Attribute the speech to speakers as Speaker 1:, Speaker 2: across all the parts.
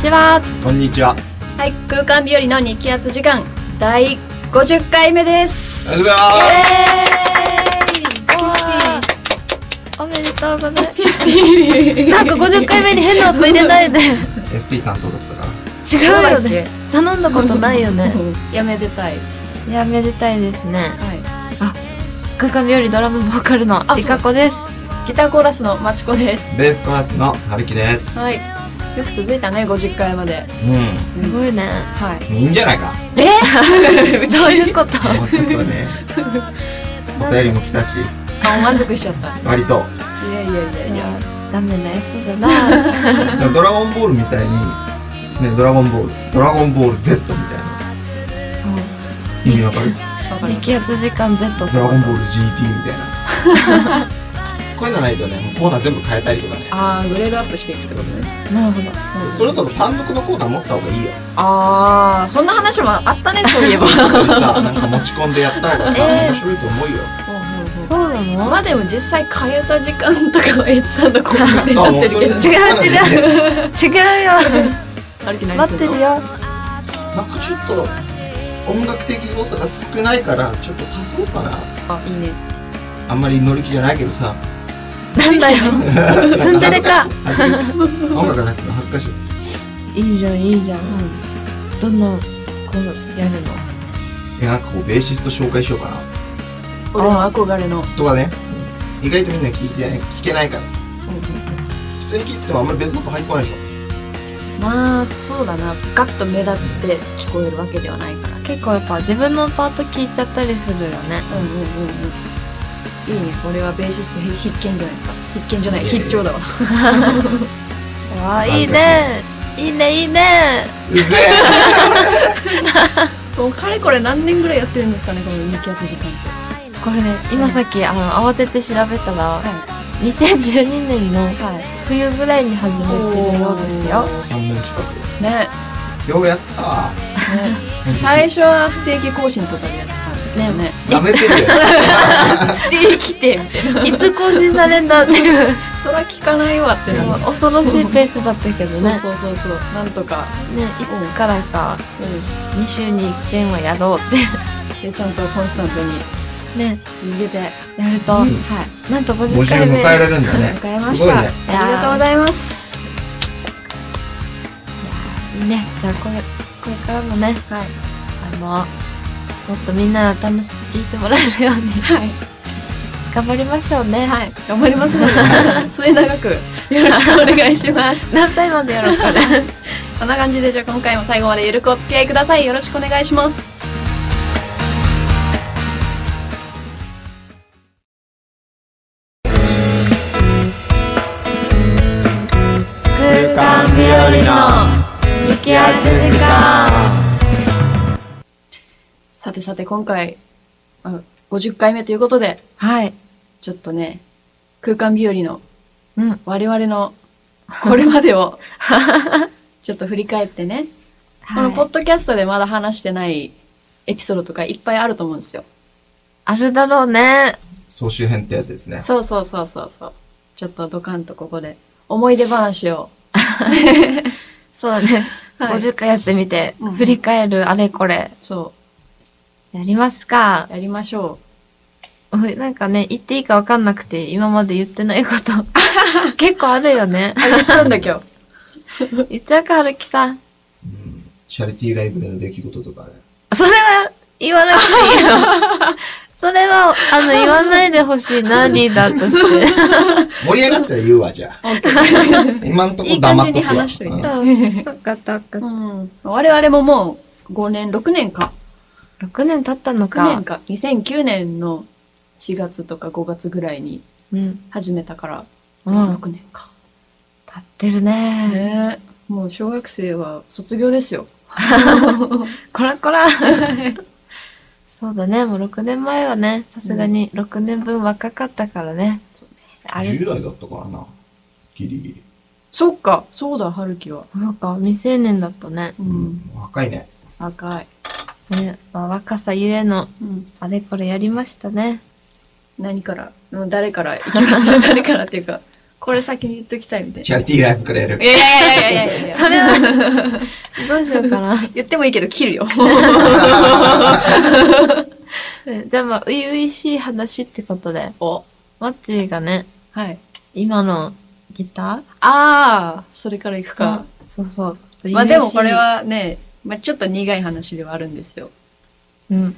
Speaker 1: ちは
Speaker 2: こんにちは。
Speaker 1: はい空間日和の日気圧時間第50回目です
Speaker 2: おは
Speaker 3: おめでとうございます。なんか50回目に変な音入れない で。違
Speaker 2: ます。SE 担当だったから。
Speaker 3: うよね。 頼んだことないよ ね。
Speaker 1: やめでたい
Speaker 3: いや、めでたいですね。
Speaker 1: は
Speaker 3: 空間日和ドラムボーカルの
Speaker 1: あ
Speaker 3: りかこです。
Speaker 1: いギターコーラスのまちこです
Speaker 2: ベースコーラスの春樹です。
Speaker 1: はいよく続いたね50回まで
Speaker 2: う
Speaker 3: すごいね。
Speaker 1: はい
Speaker 2: ん。いいんじゃない か。
Speaker 1: え
Speaker 3: どういう こと
Speaker 2: もうちょっとね。お便りも来たし、
Speaker 1: あ満足しちゃった
Speaker 2: 割と。
Speaker 1: いやいやいやいや
Speaker 3: ダメなやつだ な。
Speaker 2: ドラゴンボールみたいに、ね、ドラゴンボール、ドラゴンボール Z みたいな。意味わかる
Speaker 1: わかりまし
Speaker 3: 力圧時間 Z って
Speaker 2: ドラ
Speaker 3: こ
Speaker 2: ゴンボール GT みたいな。こういうのないとね、もうコーナー全部変えたりとかね。
Speaker 1: たあーグレードアップしていくってことね
Speaker 3: と。なるほど。
Speaker 2: そろそろ単独のコーナー持った方がいい よ。
Speaker 1: ああそんな話もあ ったねそういえば
Speaker 2: それさ、なんか持ち込んでやった方がさ、
Speaker 3: えー
Speaker 2: 面白いと思うよ。
Speaker 3: そうなの
Speaker 1: まあでも実際変えた時間とかはエイツさんの声が出ちゃ
Speaker 2: あ、
Speaker 1: っ
Speaker 2: もう
Speaker 1: てる
Speaker 2: そ
Speaker 1: け
Speaker 2: れ
Speaker 1: ど
Speaker 3: 違う
Speaker 2: う。
Speaker 3: 違違う よ。
Speaker 1: 歩きない
Speaker 3: 待ってる
Speaker 2: なん
Speaker 3: よ。
Speaker 2: かちょっと音楽的要素が少ないからちょっと足そうかな
Speaker 1: あいいね
Speaker 2: あんまり乗り気じゃないけどさ
Speaker 3: なんだよ。ツンデレか
Speaker 2: 恥ずかしい恥ずかしい音楽の話すの恥ずかしい
Speaker 3: いいじゃん、いいじゃん。どんな、この、やるの
Speaker 2: えなんかこうベーシスト紹介しようかな
Speaker 1: 俺の憧れの
Speaker 2: とかね意外とみんな聞いてない聞けないからさ普通に聞いててもあんまりベースの音入ってこないでし
Speaker 1: まあそうだなガッと目立って聞こえるわけではないから
Speaker 3: 結構やっぱ自分のパート聞いちゃったりするよね
Speaker 1: うんうんうんうんいいねこれはベーシスト必見じゃないですか必見じゃない
Speaker 2: いやいや
Speaker 1: 必聴だ わ
Speaker 3: わあいいねいいねいいね
Speaker 2: ょうぜ
Speaker 1: もうかれこれ何年ぐらいやってるんですかねこの見気圧時間って
Speaker 3: これね今さっきあの慌てて調べたら
Speaker 1: は
Speaker 3: 2012年の
Speaker 1: いはい
Speaker 3: 冬ぐらいに始めてるようですよ
Speaker 2: え3年近
Speaker 1: ね
Speaker 2: くようやったわ
Speaker 1: ね最初は不定期更新とかでやってたんですけどね
Speaker 2: 舐めてるよ
Speaker 1: 不定期ってみたいない
Speaker 3: つ更新されんだって いう
Speaker 1: そら聞かないわってな
Speaker 3: もう
Speaker 1: る
Speaker 3: 恐ろしいペースだったけど
Speaker 1: そう
Speaker 3: ね
Speaker 1: そうそうそうなんとか
Speaker 3: ねいつからか
Speaker 1: うん
Speaker 3: 2週に1遍はやろうっ
Speaker 1: でちゃんとコンスタントに
Speaker 3: てね
Speaker 1: 続けてはい
Speaker 3: やると、
Speaker 2: うん
Speaker 3: なんと50
Speaker 2: 50
Speaker 3: 回
Speaker 2: 迎
Speaker 3: 目
Speaker 2: えられるんだね
Speaker 1: 迎えました
Speaker 2: すごいね
Speaker 1: ありがとうございます
Speaker 3: ねじゃあこれこれからもね
Speaker 1: はい
Speaker 3: あのもっとみんな楽し聞いてもらえるように
Speaker 1: はい
Speaker 3: 頑張りましょうね
Speaker 1: はい、頑張りますので、 末永くよろしくお願いします。
Speaker 3: 何歳までやろうかな
Speaker 1: こんな感じで、じゃあ今回も最後までゆるくお付き合いください。よろしくお願いします。
Speaker 2: 間
Speaker 3: 空
Speaker 2: 日和
Speaker 3: のき圧時間
Speaker 1: さてさて、今回、あ50回目ということで、
Speaker 3: はい
Speaker 1: ちょっとね、空間日和の
Speaker 3: うん
Speaker 1: 我々 のこれまで を、ちょっと振り返ってね、このポ
Speaker 3: はい
Speaker 1: ッドキャストでまだ話してないエピソードとかいっぱいあると思うんですよ。
Speaker 3: あるだろうね
Speaker 2: 総集編ってやつですね
Speaker 1: そうそうそうそうそう。ちょっとドカンとここで思い出話を。
Speaker 3: そうだね、
Speaker 1: はい
Speaker 3: 50回やってみて、
Speaker 1: うん
Speaker 3: 振り返るあれこれ
Speaker 1: そ
Speaker 3: やりますか
Speaker 1: う、やりましょう。
Speaker 3: おいなんかね言っていいかわかんなくて今まで言ってないこと 結構あるよね
Speaker 1: あ言っちゃうんだ今日。
Speaker 3: 言っちゃうか春樹さん
Speaker 2: チャリティーライブでの出来事とかね
Speaker 3: それは言わなくていいよ。 それは、あの、言わないでほしいな、リーダーとして。
Speaker 2: 盛り上がったら言うわじゃ あ今んとこ
Speaker 1: いい感
Speaker 2: 黙
Speaker 1: じに
Speaker 2: っとくわ
Speaker 1: 話しといて。
Speaker 2: うん
Speaker 3: わかった、わかっ
Speaker 1: うん。我々ももう5年、6年か。
Speaker 3: た。6年経ったの
Speaker 1: 6
Speaker 3: か
Speaker 1: 年。か。2009年の4月とか5月ぐらいに
Speaker 3: うん。
Speaker 1: 始めたから、
Speaker 3: うん。
Speaker 1: 6年か。
Speaker 3: 経ってるね。
Speaker 1: ねえ。もう小学生は卒業ですよ。
Speaker 3: こらこら。 そうだね、もう6年前はね、さすがに6年分若かったからね。あれ、
Speaker 2: 10代だったからなギリギリ、
Speaker 1: そっか。そうだ、春樹は。
Speaker 3: そうか、未成年だったね。
Speaker 1: う。
Speaker 2: うんん、若いね
Speaker 1: 若い。
Speaker 3: ね、まあ、若さゆえの、
Speaker 1: うん。
Speaker 3: あれこれやりましたね。
Speaker 1: 何から、もう誰から行きます誰からっていうか、これ先に言っときたいみたい
Speaker 2: チャリティーライブからやる
Speaker 1: な。い。やいやいやいやいやいや。
Speaker 3: それは、 どうしようかな。
Speaker 1: 言ってもいいけど切るよ。
Speaker 3: ねじゃあまあ、初々しい話ってことで、
Speaker 1: お。
Speaker 3: マッチーがね、
Speaker 1: はい。
Speaker 3: 今のギタ
Speaker 1: ああ、それからいく
Speaker 3: ー
Speaker 1: か。
Speaker 3: そうそう。
Speaker 1: まあでもこれ
Speaker 3: 初々し
Speaker 1: はね、まあちょっと苦い話ではあるんですよ。
Speaker 3: い、うん。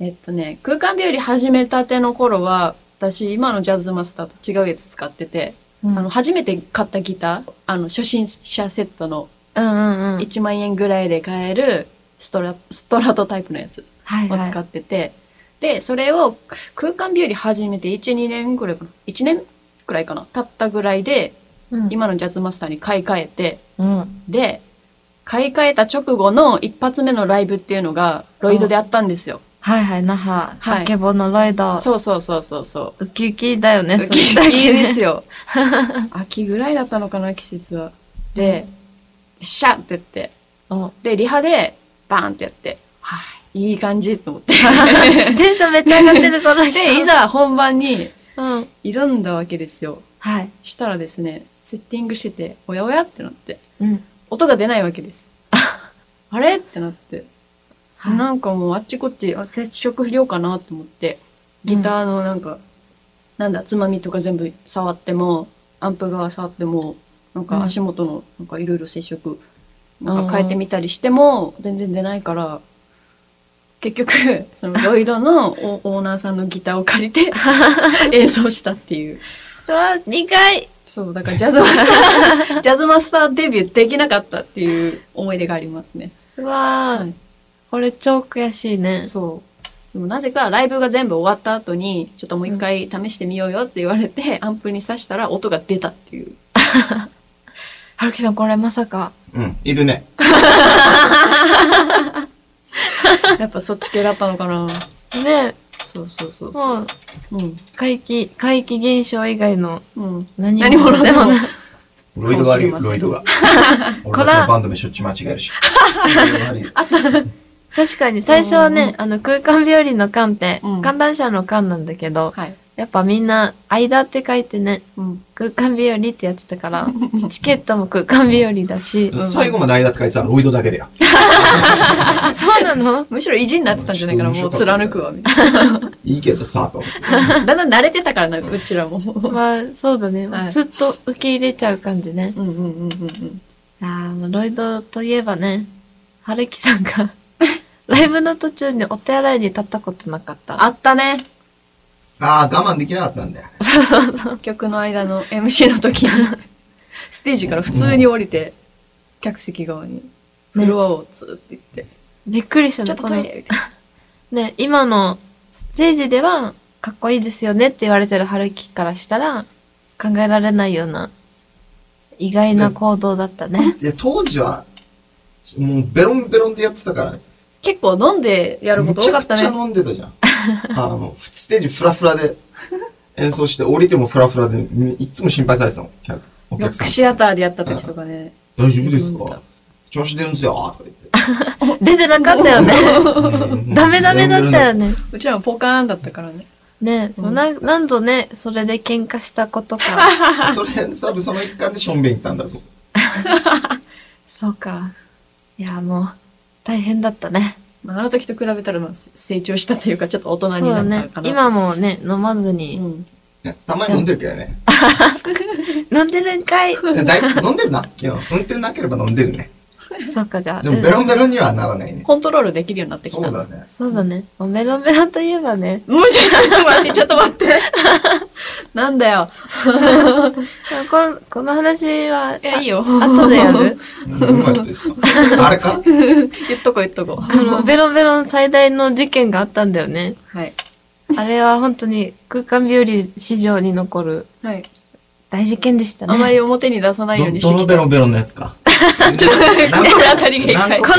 Speaker 1: えっとね、空間日和始めたての頃は、私今のジャズマスターと違うやつ使ってて、
Speaker 3: うん
Speaker 1: あの、初めて買ったギター、あの、初心者セットの
Speaker 3: うんうんうん。
Speaker 1: 1万円ぐらいで買えるストラ、ストラトタイプのやつ。
Speaker 3: はい
Speaker 1: を
Speaker 3: はい
Speaker 1: 使ってて、で、それを空間日和始めて1、2年ぐらいかな。1年くらいかな。経ったぐらいで、
Speaker 3: うん、
Speaker 1: 今のジャズマスターに買い替えて、
Speaker 3: うん。
Speaker 1: で、買い替えた直後の一発目のライブっていうのが、ロイドであったんですよ。
Speaker 3: はいはい、那覇、
Speaker 1: はい
Speaker 3: あけぼのロイド、
Speaker 1: そうそうそうそうそう。
Speaker 3: ウキウキだよね、
Speaker 1: ウキウ
Speaker 3: それだ
Speaker 1: キ
Speaker 3: けね
Speaker 1: です よ。秋ぐらいだったのかな、季節は。で、よっしゃって言って。
Speaker 3: お
Speaker 1: で、リハで、バーンってやって、はい、いい感じと思って。
Speaker 3: テンションめっちゃ上がってる、この人。
Speaker 1: で、い。ざ本番に
Speaker 3: うん。
Speaker 1: 挑んだわけですよ。
Speaker 3: はい。
Speaker 1: したらですね、セッティングしてて、おやおやってなって、
Speaker 3: うん。
Speaker 1: 音が出ないわけです。あれってなって、なんかもうあっちこっちあ接触不良かなと思って、ギターのなんか、なんだ、つまみとか全部触っても、アンプ側触っても、なん
Speaker 3: うん
Speaker 1: か足元のなんかいろいろ接触、なんか変えてみたりしても、全然出ないから、結局、そのロイドのオオー ナーさんのギターを借り て演奏したっていう。
Speaker 3: うわ、苦い。
Speaker 1: そう、だからジャズマス ター、ジャズマスターデビューできなかったっていう思い出がありますね。
Speaker 3: うわー、
Speaker 1: はい
Speaker 3: これ超悔しいね。
Speaker 1: そう。でもなぜかライブが全部終わった後に、ちょっともう一回試してみようよって言われて、アンプに挿したら音が出たっていう。
Speaker 3: はるきさん、これまさか。
Speaker 2: うんいるね
Speaker 1: やっぱそっち系だったのかな。
Speaker 3: ね
Speaker 1: そうそうそうそ
Speaker 3: もう、
Speaker 1: う。うん。
Speaker 3: 怪奇、怪奇現象以外の
Speaker 1: うん。
Speaker 3: 何
Speaker 1: 何者でも
Speaker 3: ない。
Speaker 2: ロイドがある
Speaker 1: か
Speaker 2: よ
Speaker 1: もし
Speaker 2: ロ
Speaker 1: れませ
Speaker 2: イ
Speaker 1: ん
Speaker 2: ドが
Speaker 3: こ
Speaker 2: 俺
Speaker 3: ら
Speaker 2: たちのバンドもしょっちゅう間違えるしロイドがあるよ
Speaker 3: 確かに、最初はね、あの、空間日和の間って、
Speaker 1: うん
Speaker 3: 観覧車の間なんだけど、
Speaker 1: はい。
Speaker 3: やっぱみんな、間って書いてね、
Speaker 1: うん。
Speaker 3: 空間日和ってやって たから、チケットも空間日和だし。
Speaker 2: 最後まで間って書いてたらロイドだけだよ
Speaker 3: あ、そうな の
Speaker 1: むしろ意地になってたんじゃないかな、もう貫くわ、みた い
Speaker 2: いいけどさと思って
Speaker 1: な。だんだん慣れてたからな、うちらも。う
Speaker 3: まあ、そうだね。
Speaker 1: はい
Speaker 3: すっと受け入れちゃう感じね。
Speaker 1: んうんうんうんうん。
Speaker 3: ああ、もうロイドといえばね、春樹さ んが、ライブの途中にお手洗いに立ったことなかった。
Speaker 1: あったね。
Speaker 2: ああ我慢できなかったんだよ
Speaker 1: 曲の間の MC の時に、ステージから普通に降りて、客席側に、フロアをつーって行って、
Speaker 3: びっくりした
Speaker 1: ちょ
Speaker 3: の、
Speaker 1: っと
Speaker 3: こ
Speaker 1: ト
Speaker 3: の
Speaker 1: イ。レみたいな。
Speaker 3: ね、今のステージでは、かっこいいですよねって言われてる春樹からしたら、考えられないような、意外な行動だったね。
Speaker 2: で当時はもうベロンベロンでやってたからね
Speaker 1: 結構飲んでやるこ
Speaker 2: め
Speaker 1: と
Speaker 2: ち
Speaker 1: 多か
Speaker 2: ゃ
Speaker 1: っ
Speaker 2: く
Speaker 1: た
Speaker 2: ちゃ
Speaker 1: ね。
Speaker 2: 飲んでたじゃん。あの、ふステージフラフラで演奏して、降りてもフラフラで、みいっつも心配されてたの、客お
Speaker 1: ロッ
Speaker 2: 客さ
Speaker 1: ク
Speaker 2: ん。
Speaker 1: シアターでやった時とかね。
Speaker 2: 大丈夫です
Speaker 1: 飲んで
Speaker 2: か
Speaker 1: た
Speaker 2: 調子出るんですよとか言って。
Speaker 3: 出てなかったよね。
Speaker 2: うん
Speaker 3: ダメダメだったよ。ね。
Speaker 1: うちらもポカーンだったからね。
Speaker 3: ね、そうな何度ね、それで喧嘩したことか。
Speaker 2: それ、多分その一環でションベン行ったんだと思う。
Speaker 3: そうか。いや、もう、大変だったね。
Speaker 1: まああの時と比べたら、まあ、成長したというか、ちょっと大人
Speaker 3: そうだ
Speaker 1: になった
Speaker 3: ね
Speaker 1: か。な。
Speaker 3: 今もね、飲まずに。
Speaker 1: うん。
Speaker 2: ねたまに飲んでるけどね。
Speaker 3: 飲んでるんかい
Speaker 2: いやだい飲んでるな。昨日運転なければ飲んでるね。
Speaker 3: そうか、じゃあ。
Speaker 2: でも
Speaker 3: うん
Speaker 2: ベロンベロンにはならないね。
Speaker 1: コントロールできるようになってき
Speaker 2: そ
Speaker 1: た。
Speaker 2: うだね。
Speaker 3: そうだね。もうメロメロといえばね、
Speaker 1: もうちょっと待って、ちょっと待って。なんだよ。
Speaker 3: このこの話は、
Speaker 1: いや、いいよ。
Speaker 3: あ後でやる
Speaker 2: うんうまいことですよあれか
Speaker 1: 言っとこ言っとこ。
Speaker 3: あ の、ベロベロン最大の事件があったんだよね。
Speaker 1: はい。
Speaker 3: あれは本当に空間日和史上に残る
Speaker 1: はい。
Speaker 3: 大事件でしたね。
Speaker 1: あま り表に出さないよう
Speaker 2: ど
Speaker 1: にして
Speaker 2: ど
Speaker 1: き
Speaker 2: の
Speaker 1: た。
Speaker 2: ベロンベロンのやつか。ちょっと、
Speaker 1: 心当たりが痛い
Speaker 2: 何個
Speaker 1: こ
Speaker 2: か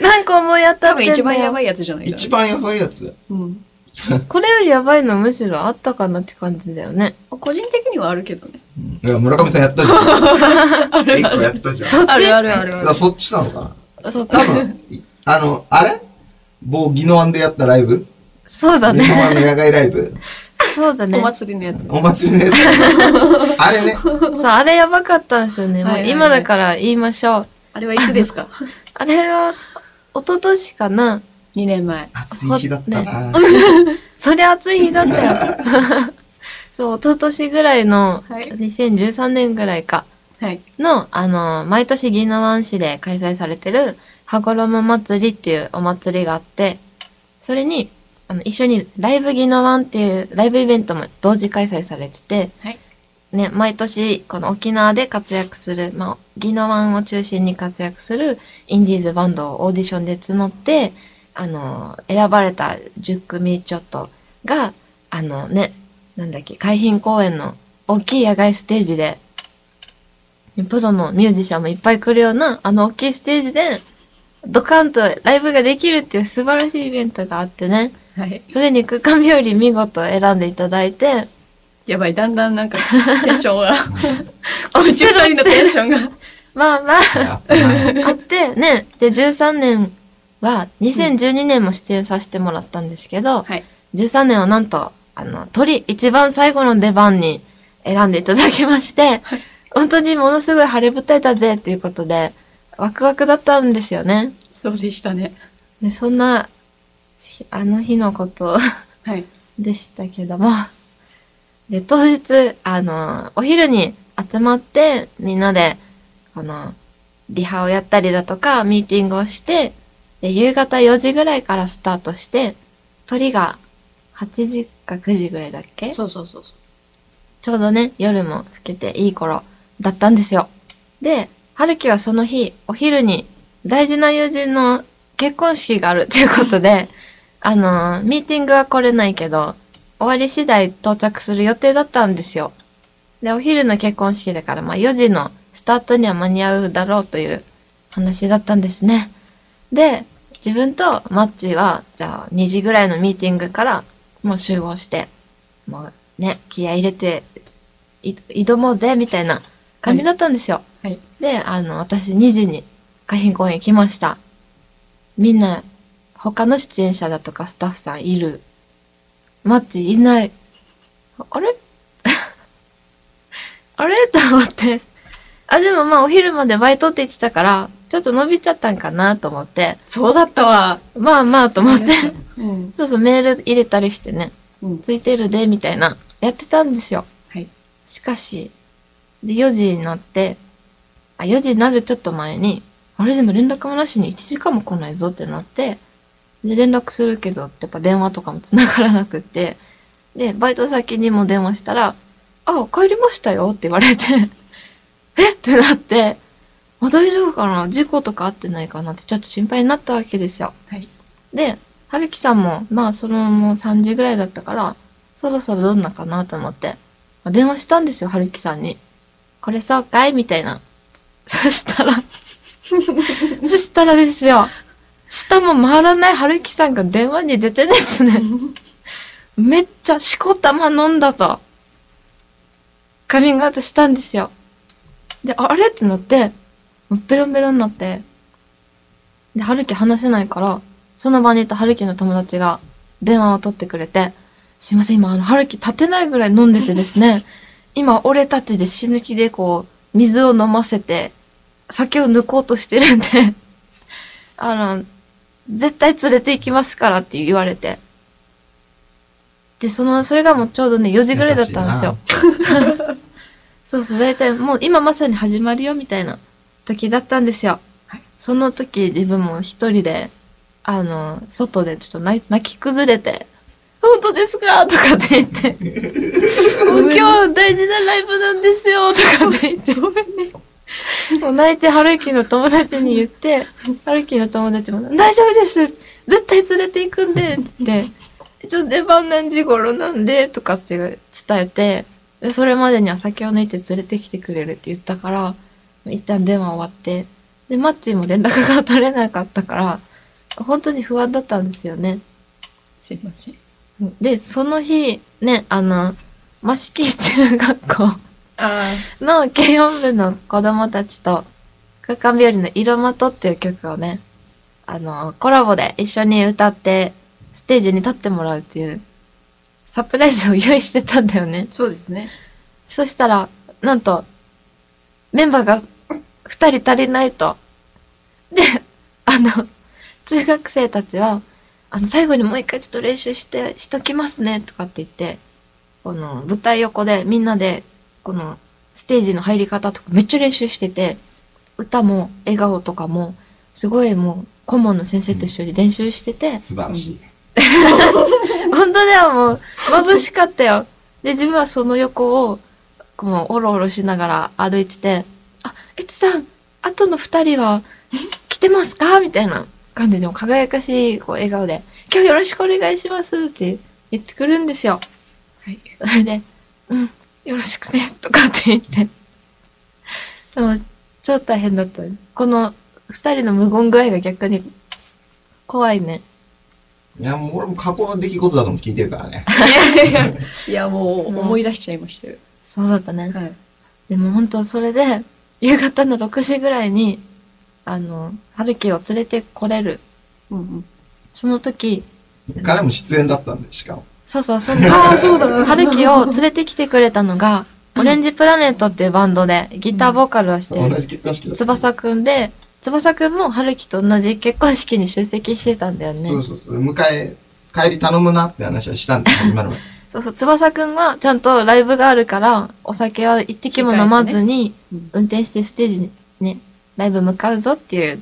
Speaker 3: 何個もやった
Speaker 1: 多
Speaker 3: っ
Speaker 1: 分
Speaker 3: てんだよ
Speaker 1: 一番やばいやつじゃないかな。
Speaker 2: 一番やばいやつ。
Speaker 1: うん。
Speaker 3: これよりやばいのむしろあったかなって感じだよね。
Speaker 1: 個人的にはあるけどね。
Speaker 2: いや、村上さんやったじゃ ん。
Speaker 1: ある
Speaker 2: 一
Speaker 1: あ
Speaker 2: 個
Speaker 1: る。
Speaker 2: やったじゃん。だ
Speaker 3: そっち
Speaker 1: あるあるあるあ
Speaker 2: か
Speaker 1: る
Speaker 2: ら。そっちなのか
Speaker 3: そう
Speaker 2: な。多分、いあの、あれ某ギノワンでやったライブ
Speaker 3: そうだ
Speaker 2: ギノ
Speaker 3: ね。
Speaker 2: ワンの野外ライブ。
Speaker 3: そうだね
Speaker 1: お。祭りのやつ。
Speaker 2: お祭りね あれね
Speaker 3: さあ、あれやばかったんですよね。も
Speaker 1: は
Speaker 3: う
Speaker 1: いはいはい
Speaker 3: 今だから言いましょう。
Speaker 1: あれはいつですか
Speaker 3: あれは、一昨年かな。
Speaker 1: ?2 年前。
Speaker 2: 暑い日だったな、
Speaker 3: そりゃ暑い日 だったよ。 そう、一昨年ぐらいの、
Speaker 1: はい
Speaker 3: 2013年ぐらいか
Speaker 1: はい。
Speaker 3: の、あの、毎年宜野湾市で開催されてる、羽衣祭りっていうお祭りがあって、それに、あの、一緒にライブ宜野湾っていうライブイベントも同時開催されてて、
Speaker 1: はい
Speaker 3: ね、毎年、この沖縄で活躍する、まあ、宜野湾を中心に活躍するインディーズバンドをオーディションで募って、あの、選ばれた10組ちょっとが、あのね、なんだっけ、海浜公園の大きい野外ステージで、プロのミュージシャンもいっぱい来るような、あの大きいステージで、ドカンとライブができるっていう素晴らしいイベントがあってね、
Speaker 1: はい。
Speaker 3: それに空間日和見事選んでいただいて、
Speaker 1: やばい、だんだんなんか、テンションが、こっち二人のテンションが。
Speaker 3: まあ まあ、
Speaker 2: あったな
Speaker 3: あって、ね、で、13年は、2012年も出演させてもらったんですけど、
Speaker 1: はい。
Speaker 3: 13年はなんと、あの、鳥、一番最後の出番に選んでいただきまして、本当にものすごい晴れ舞台だぜということで、ワクワクだったんですよね。
Speaker 1: そうでしたね。
Speaker 3: でそんな、あの日のこと
Speaker 1: はい。
Speaker 3: でしたけども。で、当日、あの、お昼に集まって、みんなで、この、リハをやったりだとか、ミーティングをして、で、夕方4時ぐらいからスタートして、鳥が8時か9時ぐらいだっけ
Speaker 1: そうそうそうそ
Speaker 3: ちょうどね、夜も更けていい頃だったんですよ。で、春樹はその日、お昼に大事な友人の結婚式があるということで、あのーミーティングは来れないけど、終わり次第到着する予定だったんですよ。で、お昼の結婚式だから、まあ4時のスタートには間に合うだろうという話だったんですね。で、自分とマッチは、じゃあ2時ぐらいのミーティングからもう集合して、もうね、気合い入れて、い挑もうぜ、みたいな感じだったんですよ。
Speaker 1: う。はい。
Speaker 3: で、あの、私2時に海浜公園行きました。みんな、他の出演者だとかスタッフさんいる。マッチいない。あれ あれと思って。あ、でもまあお昼までバイトって言ってたから、ちょっと伸びちゃったんかなと思って。
Speaker 1: そうだったわ。
Speaker 3: まあまあと思って。
Speaker 1: うん。
Speaker 3: そうそう、メール入れたりしてね。
Speaker 1: うん。
Speaker 3: ついてるで、みたいな。やってたんですよ。
Speaker 1: はい。
Speaker 3: しかし、で、4時になって、あ、4時になるちょっと前に、あれでも連絡もなしに1時間も来ないぞってなって、で、連絡するけど、やっぱ電話とかも繋がらなくって、で、バイト先にも電話したら、あ、帰りましたよって言われて、えってなって、あ、大丈夫かな事故とかあってないかなってちょっと心配になったわけですよ。
Speaker 1: はい。
Speaker 3: で、はるきさんも、まあ、そのもう3時ぐらいだったから、そろそろどんなかなと思って、まあ電話したんですよ、はるきさんに。これそうかいみたいな。 そしたら、そしたらですよ、下も回らないはるきさんが電話に出てですね、めっちゃしこたま飲んだと、カミングアウトしたんですよ。で、ああれってなって、もうベロンベロンになって、で、はるき話せないから、その場にいた春樹の友達が電話を取ってくれて、すいません、今、あの、春樹立てないぐらい飲んでてですね、 今、俺たちで死ぬ気でこう、水を飲ませて、酒を抜こうとしてるんで、 あの、絶対連れて行きますからって言われて。で、その、それがもうちょうどね、4時ぐらいだったんですよ。そうそう、大体もう今まさに始まるよみたいな時だったんですよ。
Speaker 1: はい
Speaker 3: その時自分も一人で、あの、外でちょっと泣泣き崩れて、本当ですかとかって 言って、もう今日大事なライブなんですよとかって言って、もう泣いて春樹の友達に言って、春樹の友達も、大丈夫です絶対連れて行くんでつって、一応出番何時頃なんでとかって伝えて、でそれまでには酒を抜いて連れてきてくれるって言ったから、一旦電話終わって、で、マッチーも連絡が取れなかったから、本当に不安だったんですよね。
Speaker 1: すいません。
Speaker 3: で、その日、ね、あの、益城中学校
Speaker 1: あ
Speaker 3: の軽音部の子供たちと、空間日和の色まとっていう曲をね、あの、コラボで一緒に歌って、ステージに立ってもらうっていう、サプライズを用意してたんだよね。
Speaker 1: そうですね。
Speaker 3: そしたら、なんと、メンバーが二人足りないと。で、あの、中学生たちは、あの、最後にもう一回ちょっと練習して、しときますね、とかって言って、この、舞台横でみんなで、この、ステージの入り方とかめっちゃ練習してて、歌も笑顔とかも、すごいもう、顧問の先生と一緒に練習してて、
Speaker 2: 素晴らしい。
Speaker 3: 本当だよ、もう。眩しかったよ。で、自分はその横を、こう、おろおろしながら歩いてて、あ、エツさん、あとの二人は、来てますかみたいな感じの輝かしい、こう、笑顔で、今日よろしくお願いしますって言ってくるんですよ。
Speaker 1: はい。
Speaker 3: それで、うん、よろしくね、とかって言って。でも、超大変だったね。この、二人の無言具合が逆に、怖いね。
Speaker 2: いや、もう俺も過去の出来事だと思って聞いてるからね。
Speaker 1: いや、もう
Speaker 3: うん
Speaker 1: 思い出しちゃいましたよ。
Speaker 3: そうだったね。
Speaker 1: はい。
Speaker 3: でも本当それで、夕方の6時ぐらいに、あの、春樹を連れてこれる。
Speaker 1: うんうん。
Speaker 3: その時、
Speaker 2: 彼も出演だったんで、しかも。
Speaker 3: そうそ う、その、
Speaker 1: あーそうだった
Speaker 3: 春樹を連れてきてくれたのが、オレンジプラネットっていうバンドで、ギターボーカルをして
Speaker 2: 同
Speaker 3: る、
Speaker 2: じ結婚式だった。
Speaker 3: 翼くんで、翼くんも春樹と同じ結婚式に出席してたんだよね。
Speaker 2: そうそうそう。迎え、帰り頼むなって話はしたんで、始まる前。
Speaker 3: そうそう、翼くんはちゃんとライブがあるから、お酒は一滴も飲まず
Speaker 1: 控え
Speaker 3: に
Speaker 1: てね、
Speaker 3: 運転してステージにね、ライブ向かうぞっていう、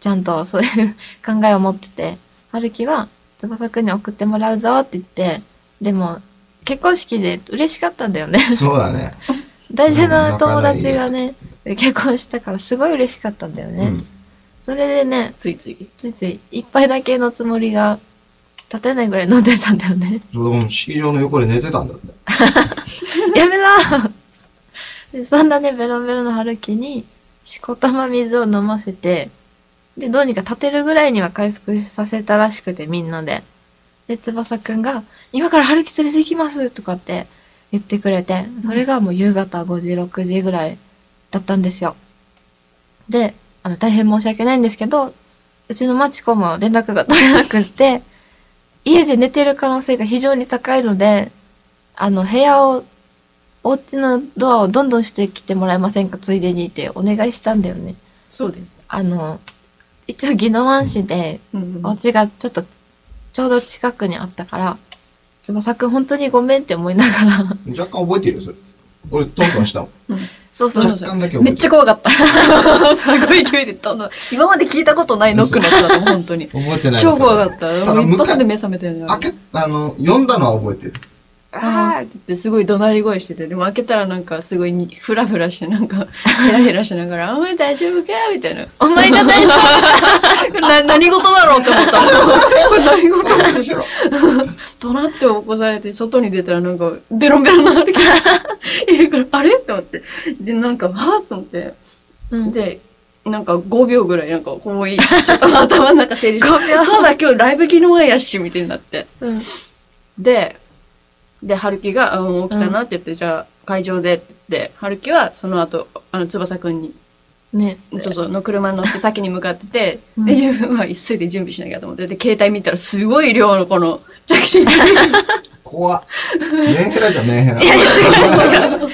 Speaker 3: ちゃんとそういう考えを持ってて、春樹は翼くんに送ってもらうぞって言って、でも、結婚式で嬉しかったんだ よね。
Speaker 2: そうだね。
Speaker 3: 大事な友達がね、結婚したからすごい嬉しかったんだよね。
Speaker 2: うん。
Speaker 3: それでね、
Speaker 1: ついつい。
Speaker 3: ついつい一杯だけのつもりが立てないぐらい飲んでたんだよね。
Speaker 2: そうだもう式場の横で寝てたんだって。
Speaker 3: やめなでそんなね、ベロベロの春樹に、しこたま水を飲ませて、で、どうにか立てるぐらいには回復させたらしくて、みんなで。で、翼くんが、今から春樹連れて行きますとかって言ってくれて、それがもう夕方5時、6時ぐらいだったんですよ。で、あの、大変申し訳ないんですけど、うちのまちこも連絡が取れなくって、家で寝てる可能性が非常に高いので、あの、部屋をお家のドアをどんどんしてきてもらえませんかついでにってお願いしたんだよね。
Speaker 1: そうです。
Speaker 3: あの、一応宜野湾市で
Speaker 1: うんうん。
Speaker 3: お家がちょっとちょうど近くにあったから、翼くん本当にごめんって思いながら、
Speaker 2: 若干覚えてるよ、それ。俺、トントンしたもん。
Speaker 3: そうそう
Speaker 1: ちょ
Speaker 2: 若干だけ覚えてる。
Speaker 1: めっちゃ怖かった。 すごい勢いで、どんどん今まで聞いたことないノックの音だった、本当に。
Speaker 2: 覚えてない
Speaker 1: 超
Speaker 2: です
Speaker 1: 怖かった。
Speaker 2: ただ
Speaker 1: もう一
Speaker 2: 向か
Speaker 1: 発
Speaker 2: い
Speaker 1: で目覚めたよね。
Speaker 2: 開け、あの、読んだのは覚えてる。
Speaker 1: あーって言ってすごい怒鳴り声してて、でも開けたらなんかすごいにフラフラしてなんか ヘラヘラしながら、あんまり大丈夫かみたいな。
Speaker 3: お前が大丈 夫
Speaker 1: な何事だろうって思った。これ何事
Speaker 2: 面白い
Speaker 1: 怒鳴って起こされて、外に出たらなんかベロンベロンの歩きが いるから、あれって思って。で、なんか、わーっと思って。
Speaker 3: うん
Speaker 1: で、なんか5秒ぐらいなんか思い、ちょっと頭の中整 理し
Speaker 3: 5秒
Speaker 1: て、そうだ、今日ライブ昨日前やし、みたいになって。
Speaker 3: うん
Speaker 1: で、で、春樹が、あもう起きたなって言って、じゃあ会場でって言って、春樹はその後、あの、翼くんに、
Speaker 3: ね。
Speaker 1: そうそう、の車に乗って先に向かってて、
Speaker 3: うん
Speaker 1: で、自分は急いで準備しなきゃと思って、で、携帯見たらすごい量のこの、着信
Speaker 2: 怖っ。メンヘラじゃん、メンヘラ。
Speaker 3: いやいや違う違う。違うよ。